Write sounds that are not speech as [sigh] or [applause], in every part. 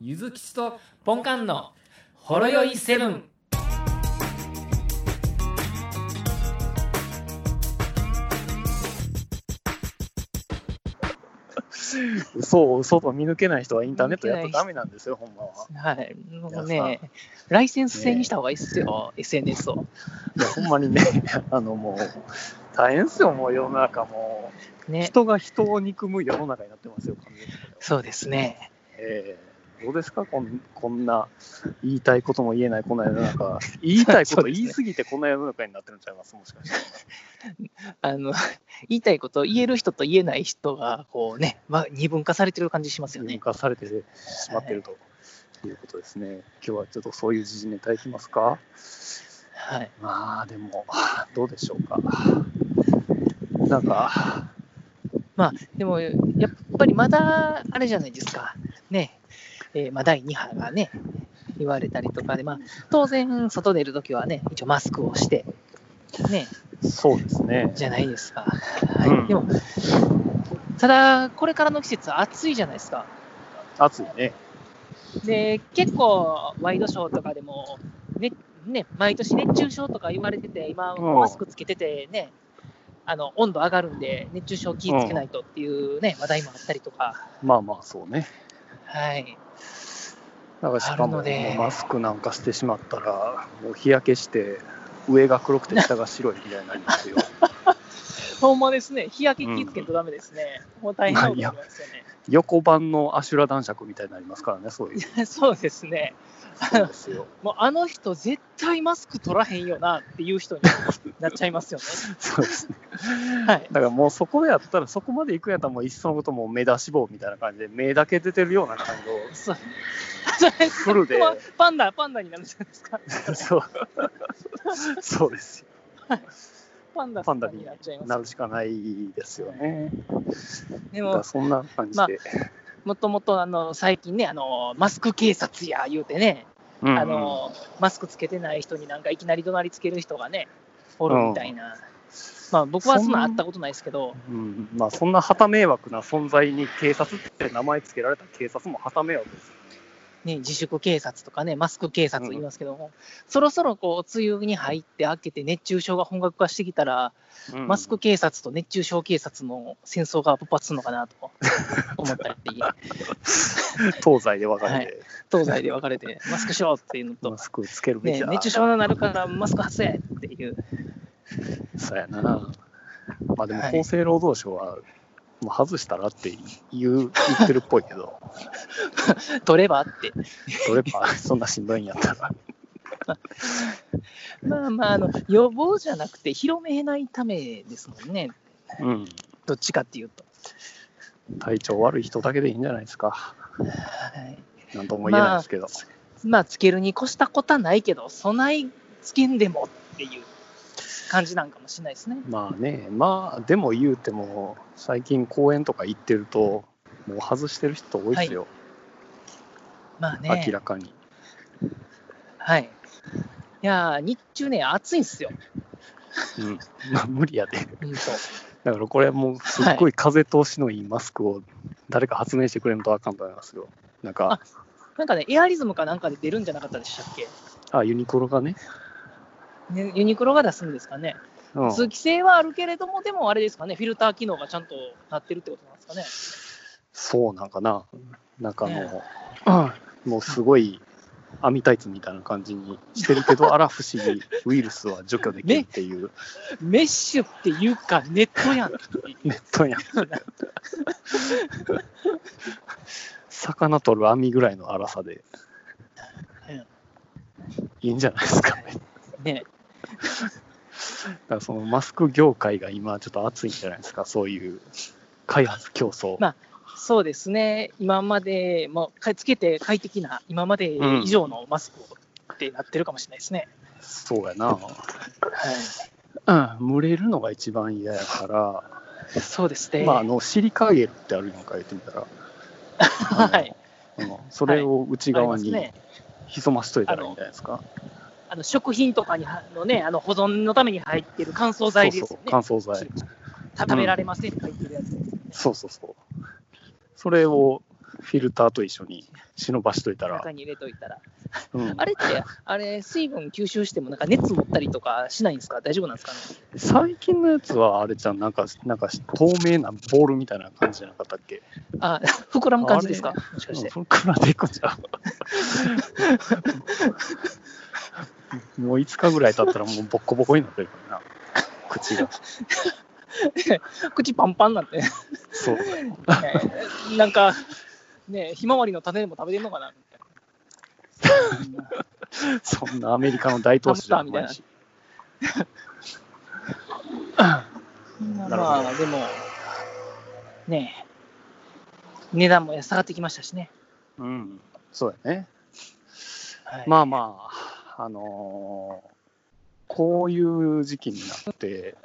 ゆずきちとポンカンのほろよいセブン。そう、外見抜けない人はインターネットやっとダメなんですよ、ほんまは。はい。もういやね、ライセンス制にした方がいいっすよ、SNS を。いや、ほんまにね、 [laughs] あのもう、大変ですよ、もう世の中もう。ね。人が人を憎む世の中になってますよ、完全に。そうですね。えーどうですかこん、こんな言いたいことも言えない、この世の [laughs] 中。言いたいこと言いすぎて、こんな世の中になってるんちゃいます、もしかして。あの、 [laughs] 言いたいことを言える人と言えない人が、こうね、まあ、二分化されてる感じしますよ文ね。化されてしまってるということですね。今日はちょっとそういう時事ネタいきますか。はい。まあ、でも、どうでしょうか。なんか、でも、やっぱりまだ、あれじゃないですか。ね。えーまあ、第2波がね、言われたりとかで、まあ、当然、外出るときはね、一応マスクをして、ね、そうですね。じゃないですか。はい。うんでも、ただ、これからの季節、暑いじゃないですか。暑いね。で、結構、ワイドショーとかでも、ね、ね、毎年熱中症とか言われてて、今、うんマスクつけててね、あの、温度上がるんで、熱中症気をつけないとっていうね、話題もあったりとか、まあまあ、そうね。はい。なんかしかあるも、のでマスクなんかしてしまったら、もう日焼けして、上が黒くて下が白いみたいになりますよ。 [laughs] ほんまですね、日焼け気をつけんとダメですね。もう大変なことになりますよ横版の阿修羅男爵みたいになりますからね、そういう。ね。 [laughs] そうですね。そうです [laughs] よ。もうあの人、絶対マスク取らへんよなっていう人になっちゃいますよね。そうですね。 [laughs] はい。だからもうそこやったら、そこまで行くんやったら、もういっそのこともう目出し帽みたいな感じで、目だけ出てるような感じをそう。フ [laughs] ルでパンダ、パンダになるじゃないですか。 [laughs] そう。そうですパンダ、パンダになっちゃいよ。まなす。るしかないですよね。でだかもら、そんな感じまあで。もともとあの最近ねあの、マスク警察や言うてね、うんうんあの、マスクつけてない人になんかいきなり怒鳴りつける人がね、おるみたいな、まあ、僕はそんなあったことないですけど、うんまあ、そんな旗迷惑な存在に警察って名前つけられた警察も旗迷惑ですよね、自粛警察とかね、マスク警察言いますけども、そろそろこう梅雨に入って明けて熱中症が本格化してきたら、うんマスク警察と熱中症警察の戦争が勃発するのかなと思った [laughs] り、東西で分かれて、東西で分かれて、マスクしろっていうのとマ、スクつけるべきね、だ、熱中症になるからマスク外せっていう。そうやな、まあ、でもはい厚生労働省は、もう外したらって言う言ってるっぽいけ [laughs] ど、取ればって。それかそんなしんどいんやったら、まあまあ、あの、予防じゃなくて広めないためですもんね。うん、どっちかっていうと。体調悪い人だけでいいんじゃないですか、はい、なんとも言えないですけど、まあ、つけるに越したことはないけど、備えつけんでもっていう感じなんかもしれないですね。まあね、まあ、でも言うても、最近公園とか行ってると、もう外してる人多いですよ、まあね明。らかに。はい。いやー、日中ね、暑いんですよ。うん、 [laughs] まあ無理やで。うんと。だからこれはもうすっごい風通しのいいマスクを誰か発明してくれんとあかんと思いますよ。なんか、なんかね、エアリズムかなんかで出るんじゃなかったでしたっけ、あ、ユニクロがね。ね、ユニクロが出すんですかね。うん、通気性はあるけれども、でもあれですかね、フィルター機能がちゃんとなってるってことなんですかね。そうなんかな。なんかあの、ねもうすごい網タイツみたいな感じにしてるけ [laughs] ど、あら不思議、ウイルスは除去できるっていう、メッシュっていうか、ネットやん。 [laughs] ネットやん。魚取る網ぐらいの粗さでうん、いいんじゃないですかね。ね、だからそのマスク業界が今ちょっと熱いんじゃないですか、そういう開発競争。まあそうですね、今まで、もうつけて快適な、今まで以上のマスクをってなってるかもしれないですね。そうやな、はい、うん、蒸れるのが一番嫌やから、そうですね。まあ、あのシリカゲルってあるのか言ってみたら、あのはい、うんそれを内あり側ますにね。潜ましといたらいいんじゃないですか、あの食品とかにはのね、あの保存のために入ってる乾燥剤ですそうそようね。、乾燥剤、食べられませんって入ってるやつですね。そうそうそう、それをフィルターと一緒に忍ばしといたら中、に入れといたら。うんあれって、あれ、水分吸収しても、なんか熱持ったりとかしないんですか大丈夫なんですかね最近のやつはあれじゃん、なんか、なんか透明なボールみたいな感じじゃなかったっけあ、 [laughs] 膨らむ感じですかもしかうしんて。そっからでこ [laughs] ちゃう。もう5日ぐらい経ったらもうボッコボコになってるからな。口が。口パンパンなんて、そうだよ。なんか、ね、ひまわりの種でも食べてるのかなみたいなそんなアメリカの大投手じゃないし。まあなるまほどあ、でも、ねえ、値段も下がってきましたしね。うん。そうだよね。はい、まあまあ、あのーこういう時期になって、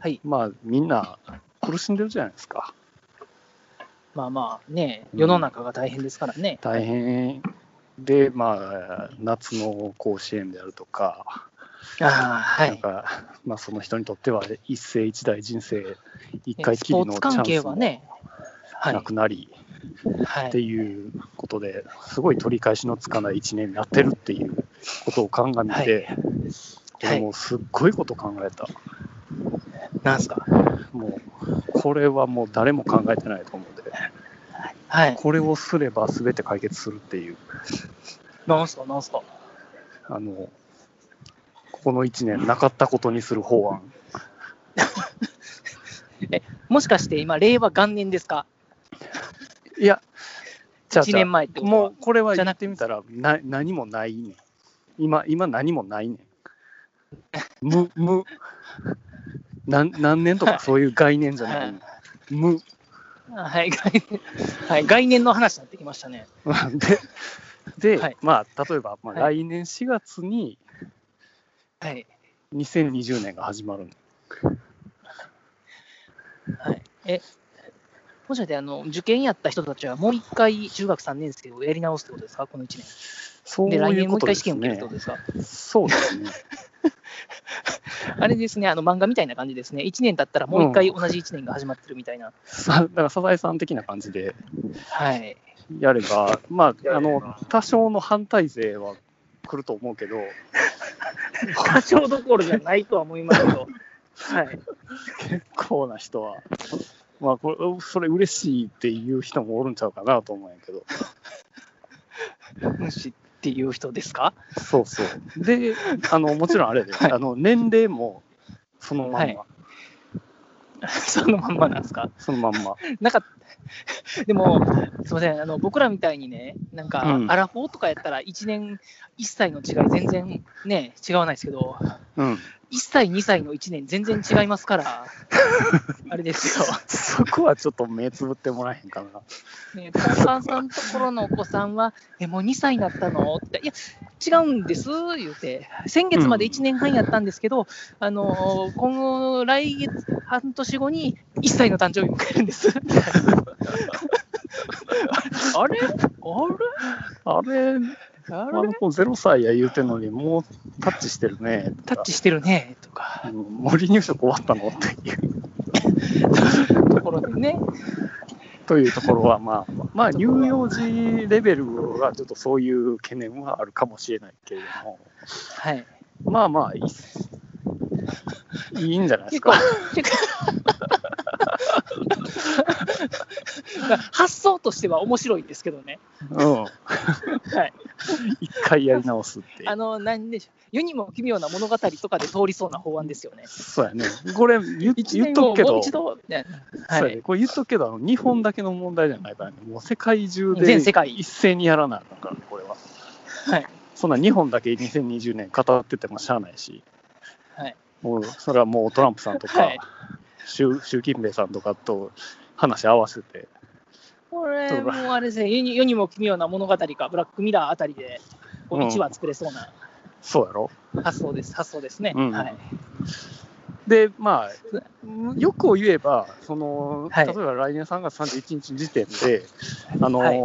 はい、まあみんな苦しんでるじゃないですか。まあまあ、ねえ、世の中が大変ですからね。大変で、まあ、夏の甲子園であるとか、ああ、はなんい。か、 [laughs] まあ、その人にとっては一世一代人生一回スきりポーのツチ関ャ係ンスはもね、はいな。くなりはってい、いうことですごい取り返しのつかない一年になってるっていうことを鑑みて、こはれいもうすっごいこと考えた、なんすか。もうこれはもう誰も考えてないと思うんではい。これをすれば全て解決するっていうなんすか、なんすか。あのここの一年なかったことにする法案もしかして今、令和元年ですかいやじゃあ ?1 年前ってことはもうこれはじゃ言なっくてみたらな何もないねん今今何もない [laughs] ねん無無なん何年とかそういう概念じゃないねん無はい、概念はい、概念の話になってきましたね。 [laughs] でで、はいまあ例えば、まあ、は来年4月にはい。 2020年が始まるのはい、え、もしかして、あの、受験やった人たちは、もう一回、中学3年生をやり直すってことですかこの1年。そうで、来い年うもうこと一で回試す験を受けるってねことですかそうですねあれですね、あの、漫画みたいな感じですね。1年経ったら、もう一回同じ1年が始まってるみたいな。さ [laughs] だからサザエさん的な感じではい。やればまああの多少の反対勢は来ると思うけど多少どころじゃないとは思いますけど。はい。結構な人は、まあこれ、それ嬉しいっていう人もおるんちゃうかなと思うんやけど、無視っていう人ですか [laughs] そうそう。で、あのもちろんあれで、はいあの年齢もそのまんま、はいそのまんまなんですかそのまんま。なんか、でも、すみません、あの僕らみたいにね、なんか、うんアラフォーとかやったら、1年、1歳の違い、全然ね、違わないですけど、うん、 1歳、2歳の1年、全然違います [laughs] から、あれですよ、そこはちょっと目つぶってもらえへんかな。ね、トンカンさんのところのお子さんは、え、もう2歳になったのって、いや、違うんです、言うて、先月まで1年半やったんですけど、あの今後、来月、半年後に1歳の誕生日迎えるんです。 [laughs] あれあれあれ、ああれの子0歳や言うてんのに、もうタッチしてるねとタか。ッチしてるねとか、うん森入植終わったのっていう、ところでね、というところは、まあ、まあ、乳幼児レベルはちょっとそういう懸念はあるかもしれないけれども。はい、まあまあいいっす、いいんじゃないです結構か。、[laughs] 結構発想としては面白いんですけどね、うん。はい、一回やり直すっていうあの、何でしょう、世にも奇妙な物語とかで通りそうな法案ですよね。そうやね。これ言っ一言っ年と後くけもどう、一度、ねそはうやねい、これ言っとくけど、あの日本だけの問題じゃないからね。もう世界中で全世界一斉にやらなあかんからね、これは。はい、そんな日本だけ2020年語っててもしゃあないし、はい、もうそれはもうトランプさんとか、はい習習近平さんとかと話合わせて、これ、もうあれですね、世に世にも奇妙な物語か、ブラックミラーあたりで、こううん1話作れそうなそうやろ発想です、発想ですね。うんはいで、まあ、よくを言えば、そのはい例えば来年3月31日時点で、あのはい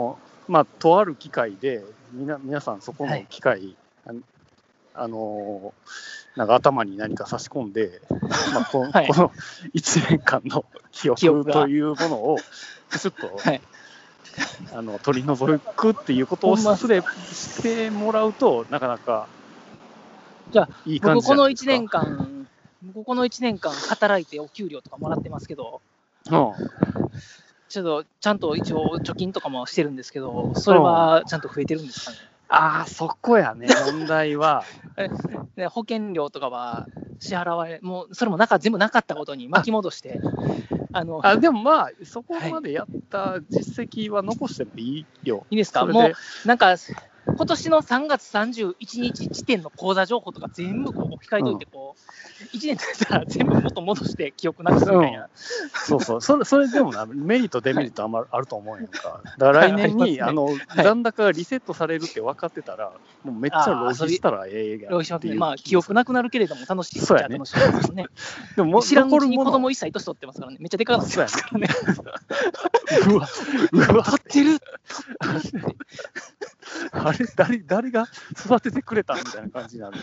まあ、とある機会で、みな皆さん、そこはのい機会、あのあのなんか頭に何か差し込んで、まあこ [laughs] はいこの1年間の記記憶憶がというものを、ちょっとはいあの取り除くっていうことをほんますれしてもらうと、なかなかじゃあいい感僕じじこゃなのいです1か。年間、僕この1年間働いてお給料とかもらってますけど、うんちょっとちゃんと一応貯金とかもしてるんですけど、それはちゃんと増えてるんですかね。ああ、そこや [laughs] ね、問題は。で保険料とかは支払われ、もうそれもなか全部なかったことに巻き戻して、あのあでもまあ、そこまでやった実績は残してもいいよ。いいですか、それもでうなんか、今年の3月31日時点の口座情報とか全部こう控えといてこう、1年経ったら全部元戻して記憶なくすみたいな、そうそう、それそれでもな、メリット、デメリットあ,、まあると思うやんか。だから来年 [laughs] はいありに、ますあの残高がリセットされるって分かってたら、もうめっちゃ浪費したらええや浪ん費しまっすてねいう。まあ、記憶なくなるけれども、楽しいっちゃそうやね楽しいですね。でももう知らんう残ちるにも子の供1歳年取ってますからね、めっちゃでかくなってますからね。 [laughs] うわ、 [laughs] うわ、取ってるあれ、誰誰が育ててくれたみたいな感じになる。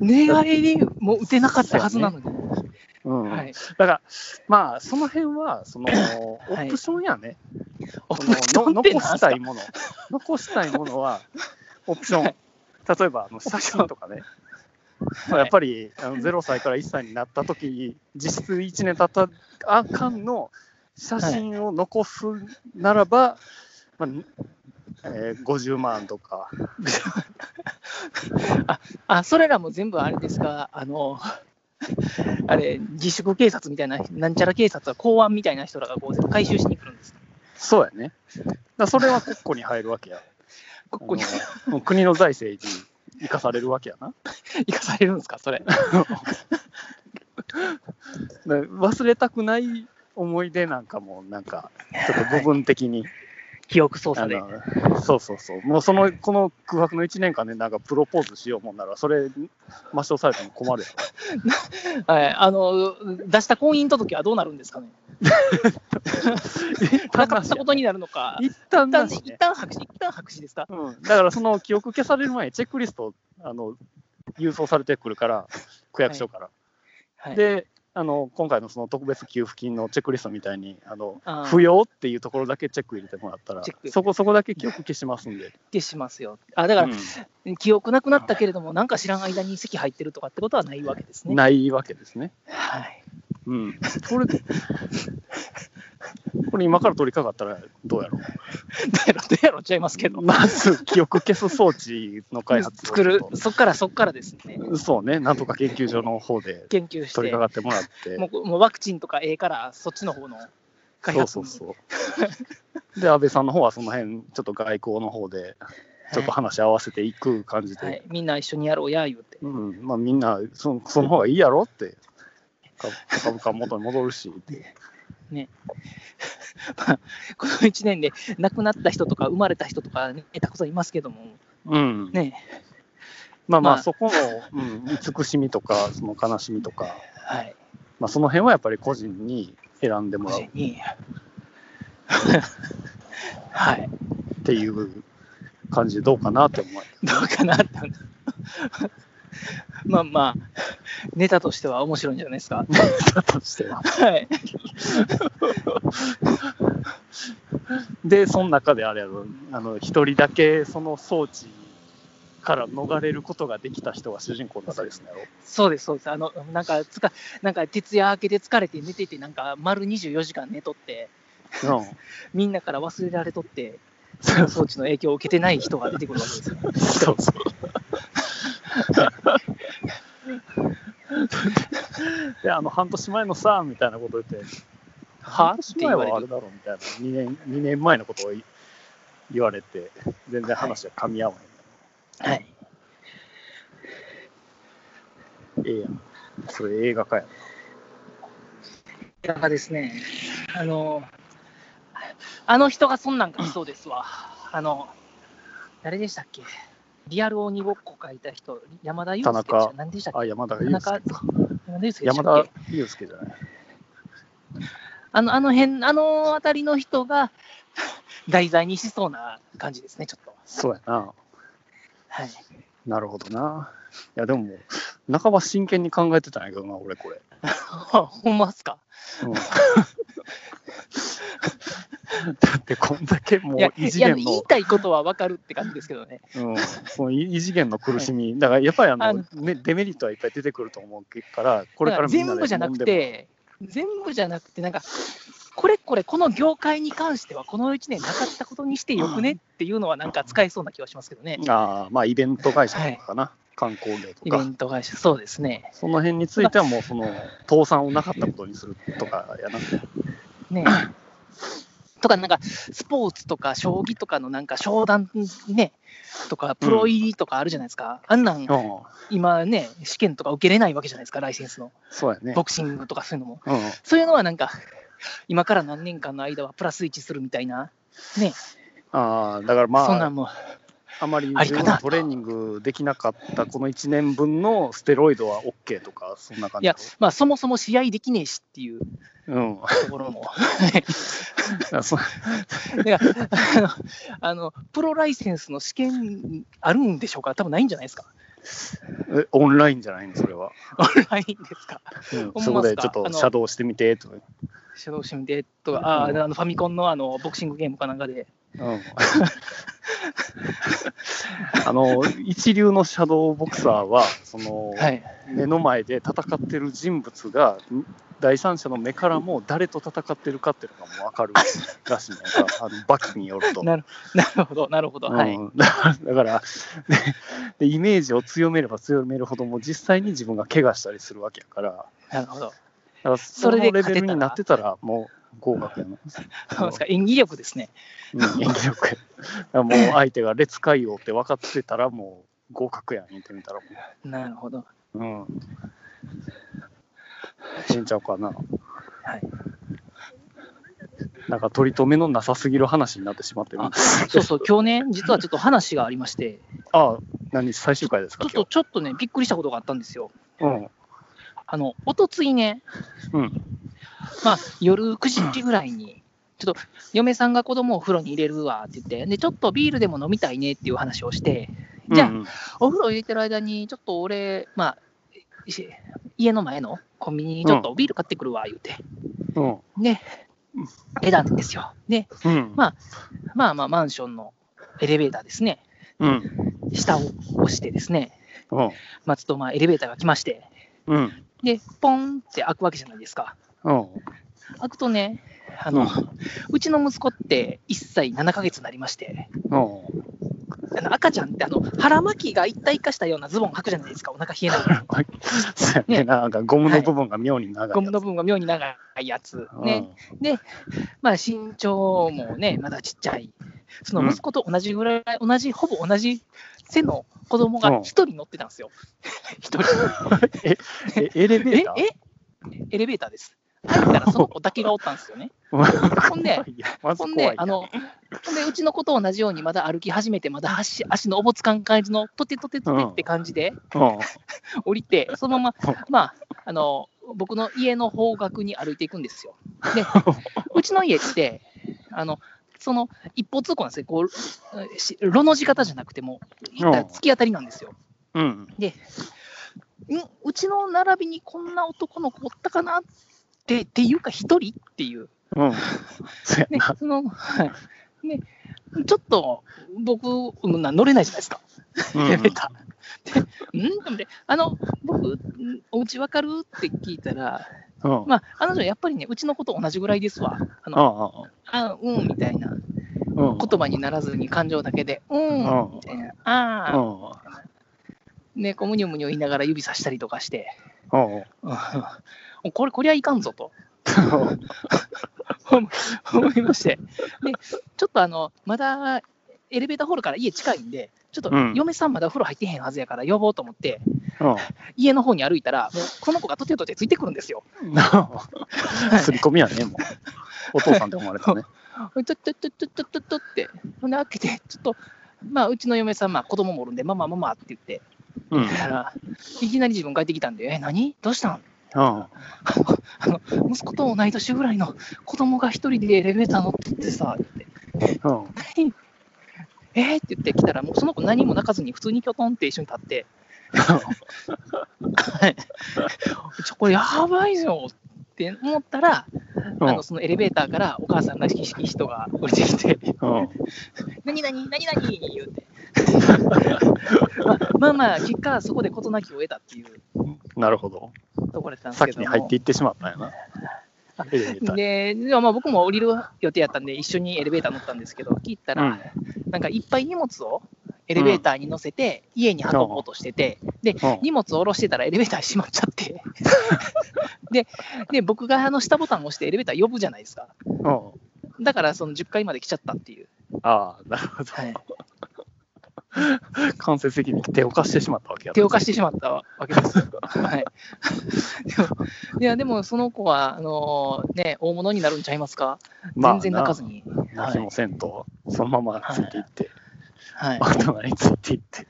願いにもう打てなかったはずなのに。うんはい、だから、まあ、その辺は、その、オいプションやね。オそプのションのって残なんしすかたいもの。残したいものは、オプション。例えば、あの写真とかね。まあやっぱり、あの0歳から1歳になった時に、実質1年経ったあかんの写真を残すならば、まあえー50万とか、あ、それらも全部あれですか、あの、 [laughs] あれ、自粛警察みたいな、なんちゃら警察は公安みたいな人らがこう回収しに来るんですか。そうやね。だからそれは国庫に入るわけや。ここにあのもう国の財政に生かされるわけやな。 [laughs] 行かされるんですか、それ。だから忘れたくない思い出なんかも、なんか、ちょっと部分的 [laughs] に、 [laughs] 記憶操あ作で。のそうそうそう、もうその、この空白の1年間で、なんかプロポーズしようもんなら、それ、抹消されても困るやはい、あの、出した婚姻届はどうなるんですか [laughs] ね。ろ。なかったことになるの [laughs] か。一旦一旦、なし一ね。旦白紙、一旦白紙ですか。うん、だから、その記憶消される前に、チェックリスト、あの、郵送されてくるから、区役所から。はい。であの今回のその特別給付金のチェックリストみたいにあのあー不要っていうところだけチェック入れてもらったらチェックそこそこだけ記憶消しますんで、ってしますよ。あ、だから、う記憶なくなったけれども、なんか知らん間に席入ってるとかってことはないわけですんね。ないわけですね。はい。うん、これ [laughs] これ今から取り掛かったらどうやろうだやろ、だやろちゃいますけ [laughs] ど。まず記憶消す装置の開発を作る、そっからそっからですね、そうねなんとか研究所の方で研究し取てり掛、かってもらってもうもうワクチンとかええから、そっちの方の開そう発そうにそう。で安倍さんの方はその辺ちょっと外交の方でちょっと話合わせていく感じで、はい、みんな一緒にやろうや、言うて。うん、まあみんなその、その方がいいやろって、か株価元に戻る [laughs] しって、この1年で亡くなった人とか、生まれた人とか、ね、たくさんいますけども、うんね、まあままあ、あそこの、うん、慈しみとか、その悲しみとか、はい、まあ、その辺はやっぱり個人に選んでも無らう事に。 [laughs] はい、っていう感じでどうかなって思う。どうかなって。 [laughs] まあまあ、ネタとしては面白いんじゃないで [laughs] すか。だとして [laughs] は。はい。で、その中であれやろ、あの、一人だけその装置から逃れることができた人が主人公の中ですねやろ。そうです、そうです。あの、なんか、つか、なんか、徹夜明けで疲れて寝てて、なんか、丸24時間寝とって、うんみんなから忘れられとって、その装置の影響を受けてない人が出てくるわけですよ。そうそう。 [laughs] で、あの、半年前のさ、みたいなこと言って、半はって年言前われはあれる。だろ、みたいな。2年、二年前のことをい言われて、全然話が噛み合わはい。へん。ええやん。それ映画化やん。だからですね、あの、あの人がそんなん書きそうですわ。あの、誰でしたっけリアル鬼ごっこ書いた人、山田裕介田中何でしたっあ、け山田田裕介中。、山田裕介でした山っけ田裕介じゃない。あの、あの辺、あの辺りの人が [laughs] 題材にしそうな感じですね、ちょっと。そうやな。はい。なるほどな。いや、でも、半ば真剣に考えてたんやけどな、俺これ。 [laughs] ほんまっすかうん [laughs] だってこんだけもういや、異次いや元言いの、たいことは分かるって感じですけどね。うん、この異次元の苦しみ、だからやっぱりあのあのね、デメリットはいっぱい出てくると思うから、これからみんな全で部じゃなくて、全部じゃなくて、なんか、これこれ、この業界に関しては、この1年なかったことにしてよくねっていうのは、なんか使えそうな気はしますけどね。ああまあイベント会社とかかな、観光業とイベか、ント会社、そうですね。その辺についてはもうその倒産をなかったことにするとかやな。 [laughs] ねとか、なんか、スポーツとか、将棋とかのなんか、商談ね、とか、プロ入りとかあるじゃないですか。あんなん、うん、今ね、試験とか受けれないわけじゃないですか、ライセンスの。そうやね。ボクシングとかそういうのも。うんそういうのはなんか、今から何年間の間はプラス1するみたいな、ね、ああだからそんまあなんもうあまりあり十か分なトレーニングできなかったこの1年分のステロイドは OK とかそんな感いじや、まあ、そもそも試合できねえしっていううん、 [laughs] ところも、あそうだからあのあのプロライセンスの試験あるんでしょうか、多分ないんじゃないで [laughs] すか、えオンラインじゃないのそれは、オンラインですか、うんほんまっすかそこでちょっとシャドウしてみてとか、シャドウシムでとか、ああのファミコンのあのボクシングゲームかなんかで、うん、あの一流のシャドウボクサーはその、はい、目の前で戦ってる人物がん第三者の目からも誰と戦ってるかっていうのがもう分かるらしいのがあのバキによる [laughs] と。な [laughs] なるほど、なるほど、はい、うん、だ [laughs] からだからででイメージを強めれば強めるほどもう実際に自分が怪我したりするわけやからだなるほど、からそそれのでレ勝てたらベルになってたらもう合格やな、そうですか演技力ですね、うん、演 [laughs] 技力やだからもう相手が列海王って分かってたらもう合格やん言ってみたらもなるほど、ううんええんちゃうかなはい、なんか取り留めのなさすぎる話になってしまってる。ああそうそう、去年、実はちょっと話がありま [laughs] して、あ、何最終回ですちかょっとちょっとね、びっくりしたことがあったんですよ。今あの、おとついね、日。うん。うん。まあ、夜9時ぐらいに、ちょっと嫁さんが子供をお風呂に入れるわって言って、で、ちょっとビールでも飲みたいねっていう話をして、じゃあ、うんお風呂入れてる間に、ちょっと俺、まあ、し家の前のコンビニにちょっとビール買ってくるわ、言うて。うん。ね、出たんですよ。で、うん。ままあまあ、マンションのエレベーターですね。うん。下を押してですね、うん。まあ、ちょっとまあ、エレベーターが来まして、うん。で、ポンって開くわけじゃないですか。うん。開くとね、あの、ううんちの息子って1歳7ヶ月になりまして、うん。あの赤ちゃんってあの腹巻きが一体化したようなズボン履くじゃないですか、お腹冷え [laughs] ない。そうやね。ねなんかゴムの部分が妙に長いやつ。ゴムの部分が妙に長いやつ。ね。まあ身長もね、まだちっちゃい。その息子と同じぐらい、同じ、ほぼ同じ背の子供が1人乗ってたんですよ。1う人。ん。え、エレベえーターえエレベーターです。入ったらその子だけがおったんですよね。ほんで、 [laughs] いやまずほ怖んいでや、あの、ほんで、うちの子と同じように、まだ歩き始めて、まだ足足のおぼつかん感じの、とてとてとてって感じでうん。降りて、そのまうんま、まあ、あの、僕の家の方角に歩いていくんですよ。 [laughs] で、うちの家って、あの、その一方通行なんですよ。こう、し路の字型じゃなくても、うん突き当たりなんですよ。うん。んうちの並びにこんな男の子おったかなって、っていうか、一人っていう。うん。そうやねな。、その、 [laughs] はいね、ちょっと僕、うんな乗れないじゃないですか、エレベーター。で、うんと思って、あの、僕、んお家わかるって聞いたら、うん。うん。うんまあ、あの人、やっぱりね、うちの子と同じぐらいですわ。あの、あうん、みたいうな、ん。うん。言葉にならずに感情だけで、うん、みたいな、うああ、ん。ね、こうむにょむにょ言いながら指さしたりとかして、うん。うんこれ、こりゃいかんぞと。思 [laughs] 思いまして、でちょっとあのまだエレベーターホールから家近いんで、ちょっとうん嫁さんまだお風呂入ってへんはずやから呼ぼうと思って、うん。家の方に歩いたら、もうこの子がとてとてついてくるんですよ。すり込みや [laughs] ね、もう。お父さんって思われたね。ちょっとっとっとっとっとっとって、ほんで開けて、ちょっと、まあ、うちの嫁さん、まあ、子供もおるんで、ママ、ママって言って、うん。だからいきなり自分帰ってきたんで、え、何どうしたんうん。あの息子と同い年ぐらいの子供が一人でエレベーター乗ってってさ、ってうん。えーって言って来たら、もうその子何も泣かずに普通にきょとんって一緒に立って、はいちょこれやばいぞって思ったら、あのそのエレベーターからお母さんらしき人が降りてきて、うん何何何何言うて。まあまあまあ、結果、そこで事なきを得たっていうなるほど。ところだったんですけ先ども。に入っていってしまったんやな。エレベーターにで、でもまあ僕も降りる予定やったんで、一緒にエレベーター乗ったんですけど、聞いたら、なんかいっぱい荷物をエレベーターに乗せて、家に運ぼうとしてて、で、うんうん荷物を下ろしてたらエレベーター閉まっちゃって、 [laughs] でで、僕があの下ボタンを押してエレベーター呼ぶじゃないですか。うんだから、その10階まで来ちゃったっていう。ああ、なるほど。 [laughs] はい間接的に手を貸してしまったわけやな手を貸してしまったわけです。はい、でも、いやでもその子はあのーね、大物になるんちゃいますか、まあ全然泣かずに。な泣きもせんと、そのままついていって、はい大人についていって。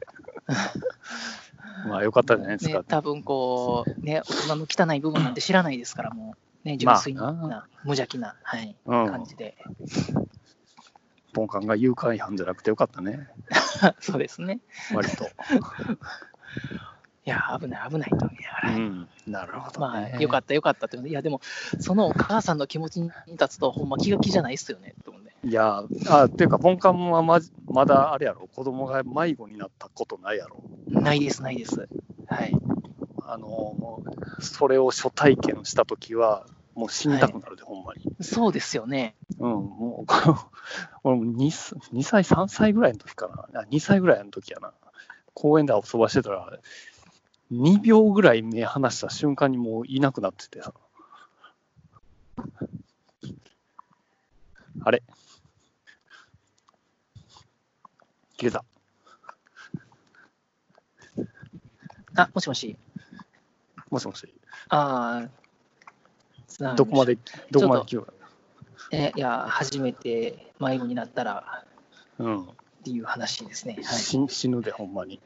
[laughs] まあよかったじゃないですねか。、多分こう、ね、大人の汚い部分なんて知らないですから、もう、ね、純粋な、まあ無邪気な、はい、うん感じで、 [laughs] ポンカンが誘拐犯じゃなくてよかったね、そうですね。割と。いや、危ない、危ないと思いながら。うん、なるほど、まね。あ、よかった、よかったって。いや、でも、そのお母さんの気持ちに立つと、ほんま気が気じゃないっすよね、と思うんで。いや、あっていうか、ポンカンはまじまだあれやろ、子供が迷子になったことないやろ。ないです、ないです。はい。あのもうそれを初体験したときは、もう死にたくなるで、ほんまに。そうですよね。うん、もうこの、俺も 2, 2歳、3歳ぐらいの時かな。あ2歳ぐらいの時やな。公園で遊ばしてたら、2秒ぐらい目離した瞬間にもういなくなっててさ。あれ切れた。あ、もしもし。もしもし。ああ。どこまで、どこまで切るか。えいや、初めて迷子になったらうん。っていう話ですね。はい。死死ぬで、ほんまに。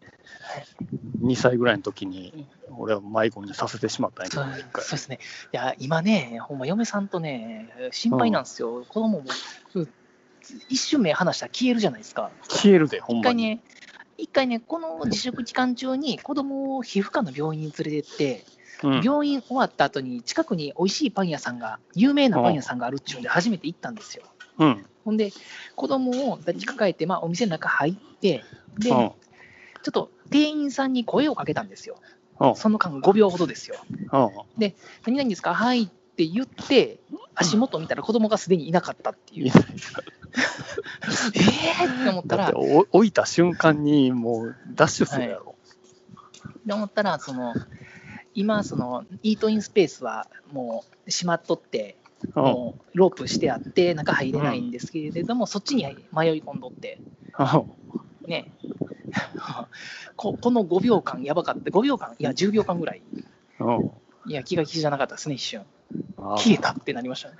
2歳ぐらいの時に、俺は迷子にさせてしまったんやけそどう一そう回ですね。いや、今ね、ほんま、嫁さんとね、心配なんですよ。子供も、う一瞬目離したら消えるじゃないですか。消えるで、ほん一ま回に。ね、一回ね、この自粛期間中に子供を皮膚科の病院に連れてって、うん病院終わった後に近くに美味しいパン屋さんが、有名なパン屋さんがあるっていうんで、初めて行ったんですよ。うん。ほんで、子供を抱きかかえて、まあ、お店の中入って、で、うちんょっと店員さんに声をかけたんですよ。うんその間5秒ほどですよ。う何々ですかはいって言って、足元見たら子供がすでにいなかったっていん。う。 [laughs] えーって思っだたっらて、お置いた瞬間にもうダッシュするやろ。で思ったら、その、今、その、イートインスペースはもう閉まっとって、もうロープしてあって、中入れないんですけれども、そっちに迷い込んどって、ね。 [laughs] ここの5秒間やばかった。5秒間いや、10秒間ぐらい。うん。うん。いや、気が気じゃなかったですね、一瞬。あ消えたってなりましたね。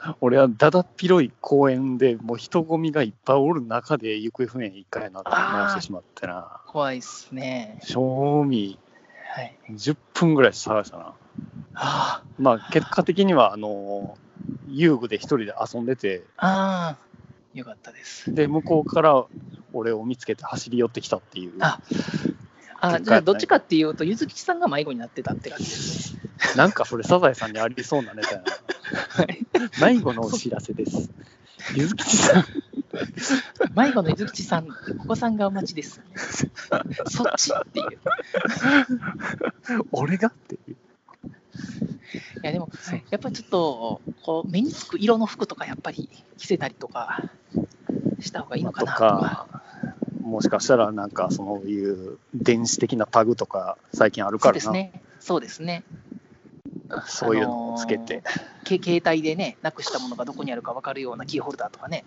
あ俺はだだっ広い公園でもう人混みがいっぱいおる中で行方不明一回なって回してしまってな。怖いっすね。賞味はい。 10分ぐらい探したな。あまあ結果的にはあの遊具で一人で遊んでて、あ、ああ、よかったです。で向こうから俺を見つけて走り寄ってきたっていう。ああ結果じゃあ、どっちかっていうと、ゆずきちさんが迷子になってたって感じですね。なんかそれ、サザエさんにありそうなネタやな。迷子のお知らせです。ゆずきちさん、迷子のゆずきちさん、お子さんがお待ちです。そっちっていう。俺がっていう。いや、でも、やっぱりちょっと、こう、目につく色の服とか、やっぱり着せたりとか、した方がいいのかとなとか。か、もしかしたらなんかそういう電子的なタグとか最近あるそかうでらすな。ね。そうですね。そういうのをつけて。け携帯でね、なくしたものがどこにあるか分かるようなキーホルダーとかね、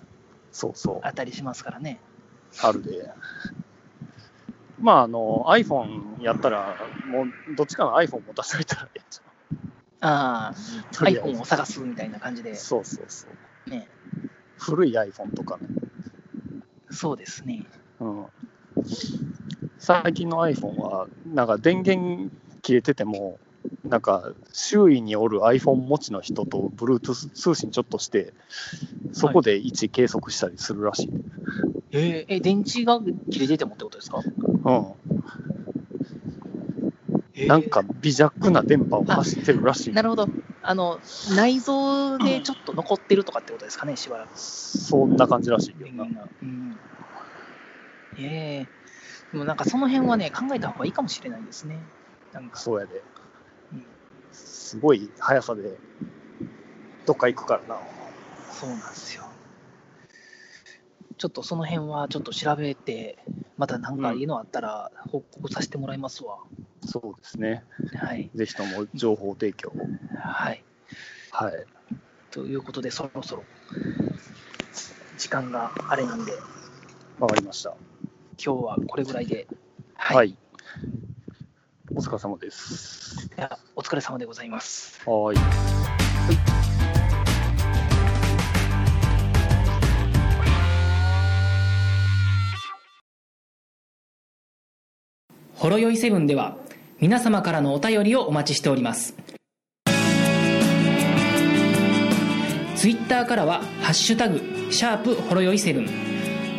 そうそうあ、ったりしますからね。あるで。まあ、あの、iPhone やったら、もう、どっちかの iPhone 持たせといたらええんちゃあうあ、とりあえず iPhone を探すみたいな感じで。そうそうそう。ね古い iPhone とかね。そうですね。うん最近の iPhone は、なんか電源切れてても、なんか周囲におる iPhone 持ちの人と Bluetooth 通信ちょっとして、そこで位置計測したりするらしい。ええ、電池が切れててもってことですか、うえん、ーなんか微弱な電波を走ってるらしい。なるほど。あの、内臓でちょっと残ってるとかってことですかね、しばらく。そんな感じらしいよな。うん。ええでもなんかその辺はね、考えた方がいいかもしれないですね。なんか。そうやで。うんすごい速さで、どっか行くからな。そうなんですよ。ちょっとその辺はちょっと調べて、また何かいいのあったら報告させてもらいますわ。そうですね。はい。ぜひとも情報提供を。はい。はい。ということで、そろそろ時間があれなんで、わかりました。今日はこれぐらいで。はい。はい。お疲れ様です。ではお疲れ様でございます。はい。ほろよいセブンでは皆様からのお便りをお待ちしておりますツイッターからは「ハッシュタグシャープほろよいセブン」